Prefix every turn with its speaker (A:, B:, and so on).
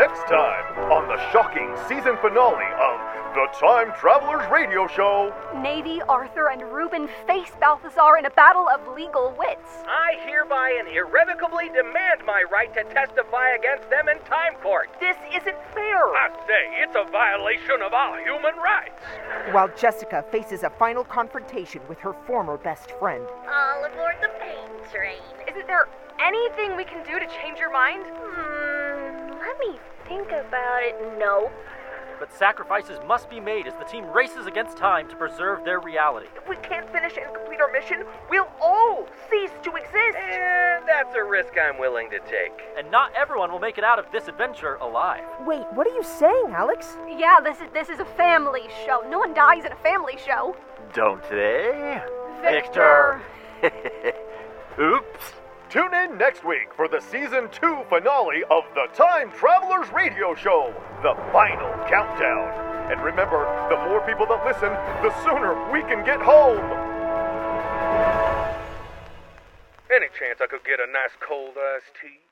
A: next time on the shocking season finale of the Time Travelers Radio Show.
B: Navy, Arthur, and Reuben face Balthazar in a battle of legal wits.
C: I hereby and irrevocably demand my right to testify against them in time court.
B: This isn't fair.
D: I say it's a violation of our human rights.
E: While Jessica faces a final confrontation with her former best friend.
F: All aboard Uh-uh, the pain train.
B: Isn't there anything we can do to change your mind?
F: Hmm, let me think about it. No.
G: But sacrifices must be made as the team races against time to preserve their reality.
H: If we can't finish and complete our mission, we'll all cease to exist.
F: Eh.
C: And that's a risk I'm willing to take.
G: And not everyone will make it out of this adventure alive.
E: Wait, what are you saying, Alex?
B: Yeah, this is this is a family show. No one dies in a family show.
I: Don't they?
B: Victor.
I: Oops.
A: Tune in next week for the season two finale of the Time Travelers Radio Show, The Final Countdown. And remember, the more people that listen, the sooner we can get home.
D: Any chance I could get a nice cold iced tea?